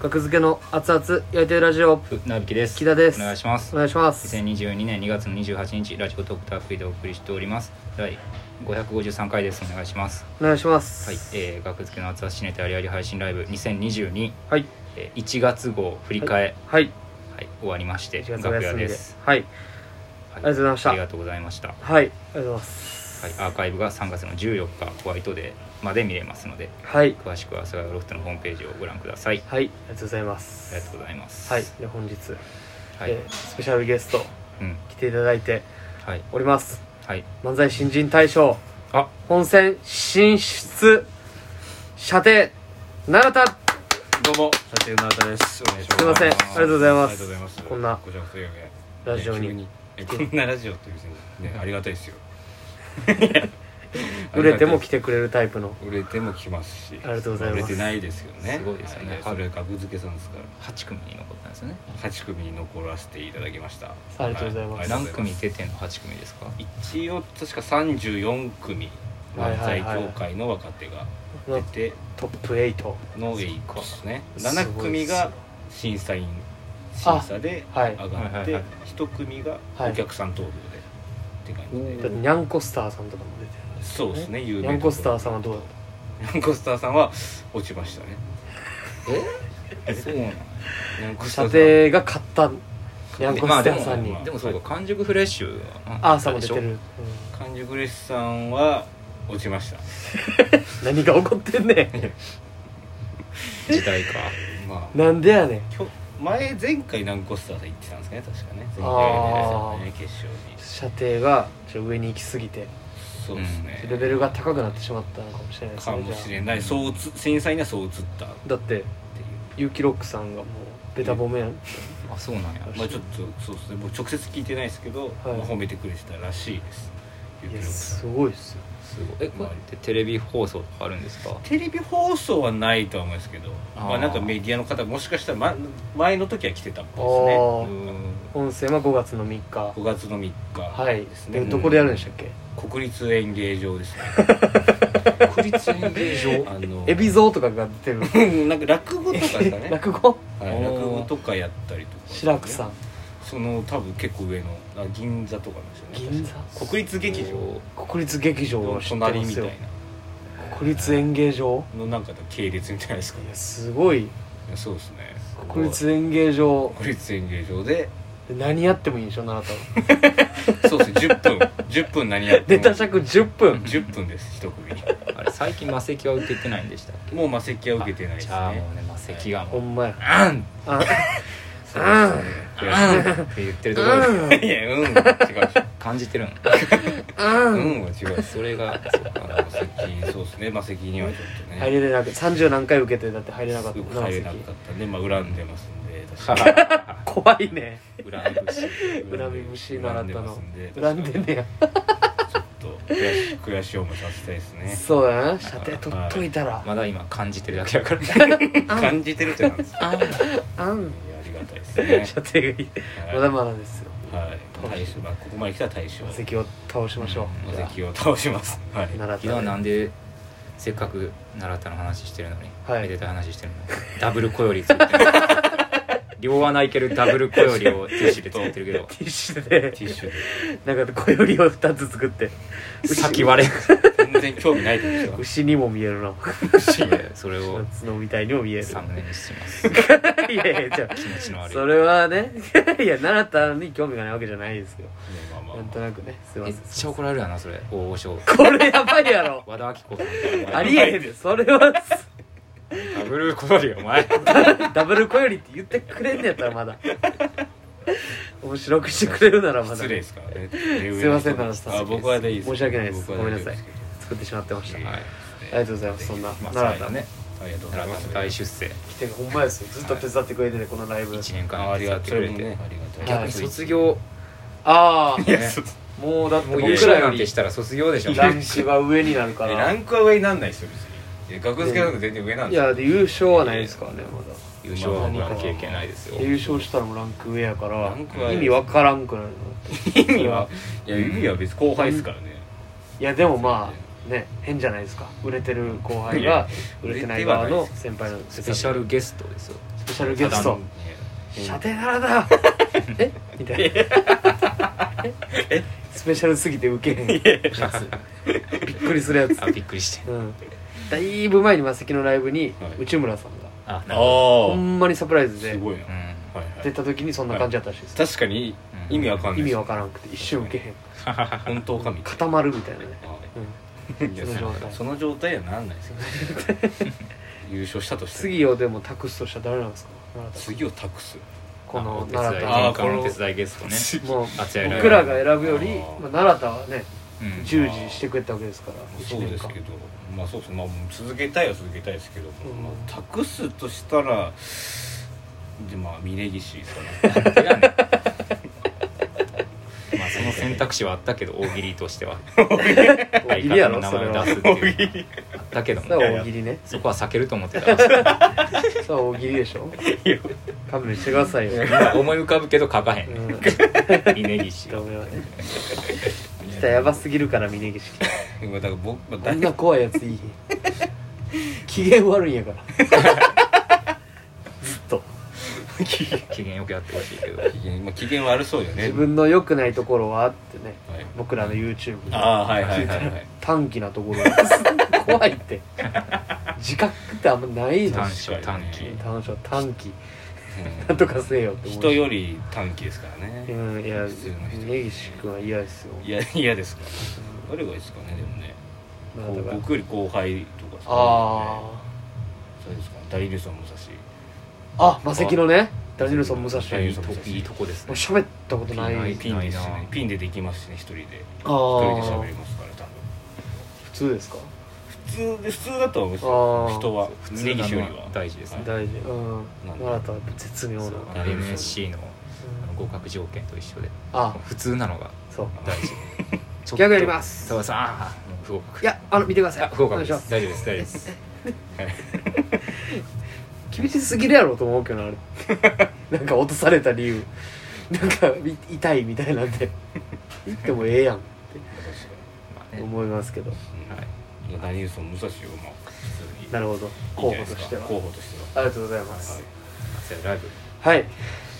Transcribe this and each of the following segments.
格付けの熱々焼いてるラジオふなびきです木田ですお願いしますお願いします2022年2月の28日ラジオドクターフリーでお送りしております第553回ですお願いしますお願いしまはいす、えー、学付けの熱々しねてありあり配信ライブ2022、はいえー、1月号振り替え、はいはい終わりまして1月お楽休屋みで、ですはいはりがとうございましたありがとうございました、ははいありがとうございますい、アーカイブが3月の14日ホワイトデーまで見れますのではい詳しくは阿佐ヶ谷ロフトのホームページをご覧くださいはいありがとうございまあすりがとうございますはいで本日、はい、えースペシャルゲストうん来ていただいてはいおりますはい漫才新人大賞あ本戦進出射程奈良田どうも、社長のあたです。お願いしますいませんありがとうございますありがとうございます。こんなごちゃごちゃ言うねラジオね急にえこんなラジオって別にね、ありがたいですよ。 売れても来て。てくれるタイプの売れても来ますし。ありがとうございます売れてないですよね。すごいですよねそれ格付けさんですから。 8組に残ったんですよね八組に残らせていただきました。ありがとうございますは何組出てんの8組ですか一応確か三十四組はい漫はい才はい協会の若手が出てトップ8のエイコですね。すごいっす七組が審査員審査であはい上がっはいはいはてい一組がはいお客さん投票でって感じだってでニャンコスターさんとかも出てそうですねる有ニ名ャンコスターさんんはどうだっニャンコスターさんは落ちましたね えそうなのニャンコたス射ター程が勝ったニャンコスターさんに、まあでもそうか完熟フレッシュあーさんも出てる、うんさん完熟レスさんは落ちました何が起こってんね時代かまんあなんでやねんきょ前前回ニャンコスターさん行ってたんですかね確かね前あー回ね決勝に射程がちょっと上に行き過ぎてそうですねレベルが高くなってしまったのかもしれないですかねもしじゃれないそううつ審査員にはそう映ったっあだってていうユキロックさんがもうベタ褒めやんあそうなんやまあちょっとそうですね、もう直接聞いてないですけど、まあ褒めてくれてたらしいです。いゆやきろさんすごいっすよすごいえこれってテレビ放送とかあるんですかテレビ放送はないとは思うんですけど、あーまあなんかメディアの方もしかしたら、ま、前の時は来てたっぽいですね。ああ本戦は5月の3日5月の3日はいですね。でどこでやるんでしたっけ国立演芸場で すね。国立演芸あの海老蔵とかが出てるうんなんか落語とかですかね。 落語はい、落語とかやったりとか、白くさん。その多分結構上のあ銀座とかなんですよね。銀座国立劇場国立劇場のは知ってま隣みすたいよな国立演芸場のなんか系列みたいですかいねや。すごいそうですね国立演芸場国立演芸場でで何やってもいいんでしょ奈 良田はそうですね10分10分何やって出たも尺10分10分です一組あれ最近魔石は受けてないんでしたっけもう魔石は受けてないですじゃあもねうね魔石がもほうんまやあんあそうですね悔しって言ってるところでいいやうんは違うでしょ感じてるんううんんは違うでしょそれがそうかあの魔石そうですね魔石にはちょっとね入れれなく30何回受けてだって入れなかったすもんごく入れなか長った崎んでまあ恨んでますんで私怖いね裏の節恨み節習ったの恨恨んんでますでんでんねやちょっと悔し悔しい思いさせたいですねそうだな射程取っといたらまだ今感じてるだけだから感じてるってなんですねあうんいやありがたいですね射程がいいはいまだまだですよはい、大将まあ、ここまで来たら大将魔石を倒しましょう魔石を倒しますはい奈昨日は良な田んでせっかく習ったの話してるのに、はいめでたい話してるのにダブルコヨリついてる 両穴いけるダブルコヨリをティッシュでついてるけどティッシュでティッシュなんか小よりを2つ作って先割れで全然興味ないでしょ牛にも見えるなそ れを夏のみたいにも見えるサムネにします いやいやじゃあ気持ちの悪いそれはね いや習ったに興味がないわけじゃないですよまあまあなんとなくねすいまめせっんちゃ怒られるやなそれ大御所これやばいや ろ和田アキ子さんありえへんよそれは ダブルコヨリお前ダブル小よりって言ってくれんのやったらまだ面白くしてくれるならまだ失礼ですかすいすません奈良さんあ僕はでいいです申し訳ないです僕は大丈夫ですけ作ってしまってましたどあはいりがとうございますそんなまあ奈良奈良田田ねありがとうございま奈良す田の大出世来てほんまですよずっと手伝ってくれててこのライブ1年間あありが手とう伝そっれてくれてもねありがたい逆に卒業あいあやねそうもうだってもう僕優勝らよなんてりしたら卒業でし ょランクが上になるかえラらンクは上になんないですよ別にいや学付けなんか全然上なんいですよやで優勝はないですからねまだ優勝は僕ら経験ないですよ優勝したらもうランク上やかランクらは意味わからんくなるの意味はいや意味は別に後輩ですからねいやでもまあね変じゃないですか売れてる後輩がい売やれてない側売れてはのない先輩のスペシャルゲストですよスペシャルゲストシャテナラ だえみたいなえスペシャルすぎてウケへんやつびっくりするやつあびっくりしてうんだいぶ前にマセキのライブにはい内村さんがああなあるほほんまにサプライズすでごいな、どうはんいは出い、た時にそんな感じだったらしいです確かにうん意味わかんない意味わからんくて一瞬ウケへん本当かみたいな固まるみたいなねうんいやその状態そその状態はなんないですよ 優勝したとしても次をでも託すとしたら誰なんですか奈良田次を託すこのあお手奈伝い良あ田ーこのお手伝いゲストねもうあちら選ぶ僕らが選ぶよりあーまあ奈良田はねうん従事してくれたわけですからそ1う年です間けどまあそうですねまあもう続けたいは続けたいですけど、んまあ、託すとしたらでまあ峯岸ですかね まあその選択肢はあったけど大喜利としては大喜利やろ相そ方れの名は前を出すっていうの はあったけどそもれねは大喜利ねそこは避けると思ってたそれは大喜利でしょ勘弁してくださいよ今思い浮かぶけど書かへんねうん峯岸ダメはね北やばすぎるから峯岸まあだから僕、まあ、あ大んな怖いやついい機嫌悪いんやから ずっと機嫌よくやってほしいけど機嫌、まあ、機嫌悪そうよね自分の良くないところはってねはい僕らの YouTube でああはいはいはいはい短気なところです 怖いって自覚ってあんまないの短短所短期所短気うなんんとかせよって思う人より短期ですからうねんいや普通の人根岸君は嫌ですよいや嫌ですから誰がいいですかねでもねまあこだうから僕より後輩とかああそうですかねダリルソン武蔵ああマセキのねダニエルソン武蔵ダニエルソンもういいとこですね喋ったことないないピンですなねなピンでできますしね一人でああ一人で喋りますから多分普通ですか普通で普通だと思うんですあーよ人は普通峯な岸よりのはは大事ですね大事うんなん奈だ良田は絶妙なそううんあ NSC のあの合格条件と一緒であ普通なのがそう大 事ギャグやります澤さんあーもう不合格いやあの見てくださいあ不お合願い格でしますす大丈夫です大丈夫です厳しすぎるやろと思うけどなあれ なんか落とされた理由 なんかい痛いみたいなんで言ってもええやんっまあてね思いますけどはいうんダニエルソン武蔵をまあ普通なるほどに候いいん補じとゃしないですてかは候補としてはありがとうございますじゃあラ イブはい、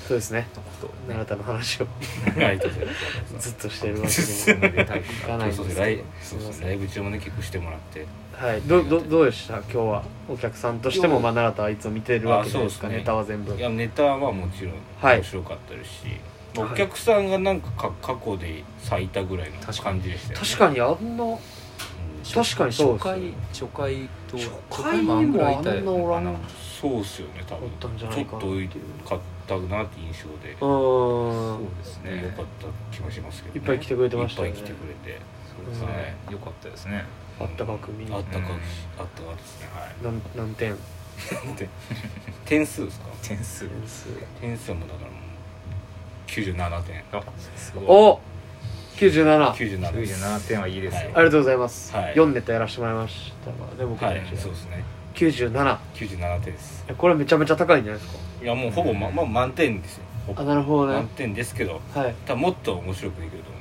そうですねのことをね奈良田の話をはいありがとうございますずっとしてるわけおに もめでたいいかかないんそうでですけどすねライそうですねライブ中もね結構してもらってはいどどどうでした今日はお客さんとしても、まあ、奈良田はいつも見てるわけじゃないですかあそうネですねタは全部いやネタはもちろんはい面白かったですし、はいお客さんがなんかか過去で最多ぐらいの感じでしたよね確かにあんなうん確かにそう初ですよ回初回と初回もあんいたなおらんなそうっすよね多おったん分じゃないちかなっょっとて多いうかったなって印象でうそーそうんですねね良かった気もしますけど、ね、いっぱい来てくれてましたよねいっぱい来てくれてそうですね良かったですねあったかく見にあったかくあったかですねはいなん何点点数ですか点数点数点数もだからもう97点あすごいお97 97点97点はいいですよありがとうございます、はい4ネタやらせてもらいましたがで僕たはちいそうですね97 97点ですこれめちゃめちゃ高いんじゃないですかいやもうほぼ、ままあ、満点ですよほぼあなるほど満ね点ですけどはい多分もっと面白くできると思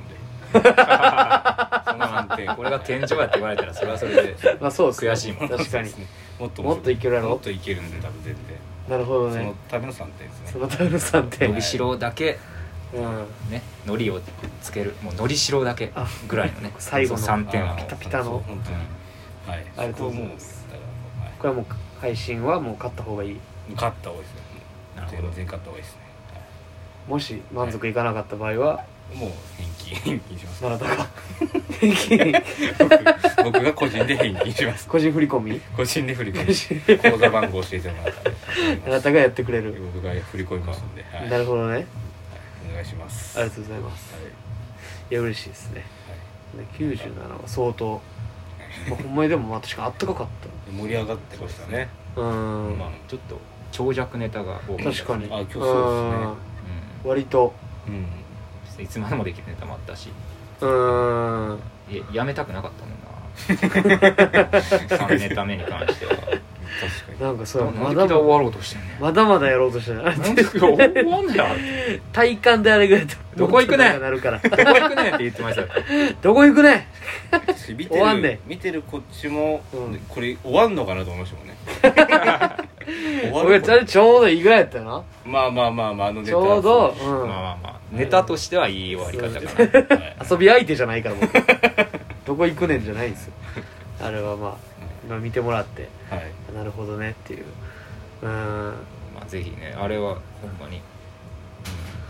うんでその満点これが天井やって言われたらそれはそれでまあそうですね悔しいもん確かにもっともっといけるやろもっといけるんで多分全然なるほどそのねための3点ですそねのタイム3点伸びしろだけうんねのりをつけるもうのりしろだけあぐらいのね最後の3点はあーもうピタピタのそう本当にはいありがとうございますそこはもうだこれからはもう配信はもう勝った方がいいはい勝った方がいいですねなるほど全然勝った方がいいですねはいもし満足いかなかった場合はもう返金返金します奈良田が返金僕 僕が個人で返金します個人振り込み個人で振り込み口座番号教えてもらったんであ なたがやってくれる僕が振り込みますんで、はい、なるほどねお願いしますありがとうございますはいいや嬉しいですねね97は相当、まあ、ほんまにでもまあ確かにあったかかっはい盛り上がってましたねたうーん、まあちょっと長尺ネタが多かった確かにあう今日そうですねーん割とうんうんいつまでもできるネタもあったしうーん いややめたくなかったもんな3ネタ目に関しては確かなんかそうなまんでだ北終まわろうとしてんねんまだまだやろうとしてないなんで終わんねん 体感であれぐらいとどこ行くねんどうとかなるからどこ行くねんって言ってましたよどこ行くねに見て終わんる、ね見てるこっちも、うんこれ終わんのかなと思いましたもん ね終わ俺るちょうどいいぐらいやったよなまあまあまあまああのネタちょうど、まうあん、まあまあネタとしてはいい終わり方かなはい遊び相手じゃないからもうどこ行くねんじゃないんですよあれはまあ今見てもらってはいなるほどねっていううんまあぜひねあれはほんまに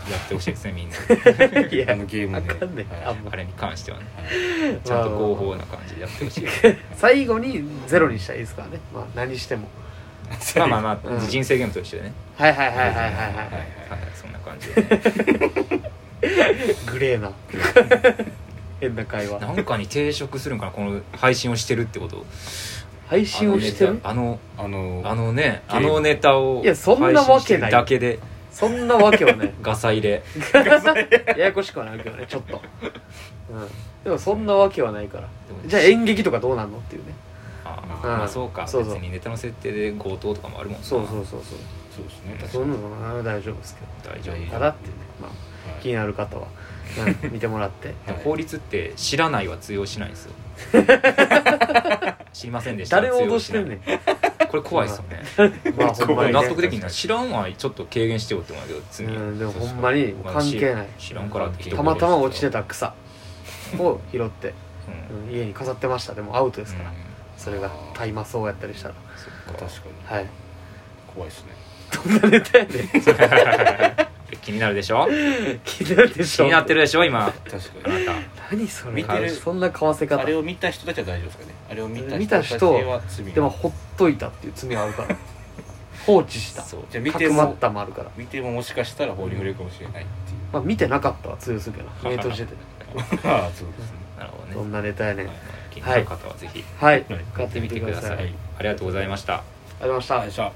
うんやってほしいですね みんな いやあのゲームあねかんねんはいあんまあれに関してはねちゃちゃんと広報な感じでやってほ しい最後にゼロにしたらいいですからねまあ何してもまあまあまうんあ人生ゲームとしてねはいはいはいはいはいはい、はいはいそんな感じでね グレーな変な会話なんかに抵触するんかなこの配信をしてるってこと配信をしてるあのあのあのねゲーあムのネタをいやそんなわけない配信してるだけでそんなわけ はねガサ入れややこしくはないけどねちょっと、うん、でもそんなわけはないからでもじゃあ演劇とかどうなんのっていうねあうんーまあそうか別そうそうにネタの設定で強盗とかもあるもんなそうそうそうそうそうですね確かそにんなのは大丈夫ですけど大丈た夫だっていうね、まあ、気になる方は、うん見てもら ってでも法律って知らないは通用しない んですよ知りませんでした誰を脅してんねん通用しないこれ怖いですよねまあほんまに、ね、 納得できんない知らんは知らんはちょっと軽減してよって思うけどう罪んでもほんまにまあ関係ない知知らんからって人たまたま落ちてた草を拾って、ううんん家に飾ってましたでもアウトですから、うんそれが大麻草やったりしたらそ確っかかにはい怖いですねどんなネタやねん気になるでしょ気になるでし気ょになってるでしょ今確かあになた何それ見てるそんな買わせ方あれを見た人たちは大丈夫ですかねあれを見た見た人たち人は罪でもほっといたっていう罪はあるから放置したそうじゃあ見て角まっもたもあるから、見てももしかしたら法に触れるかもしれないっていうまあ、見てなかったは通用するけど 目閉じてて まあそうですねなるほどどんねなネタやねんはい気になる方はぜひはいはい買ってみてください、はありいありがとうございましたがとうございました、よいしょ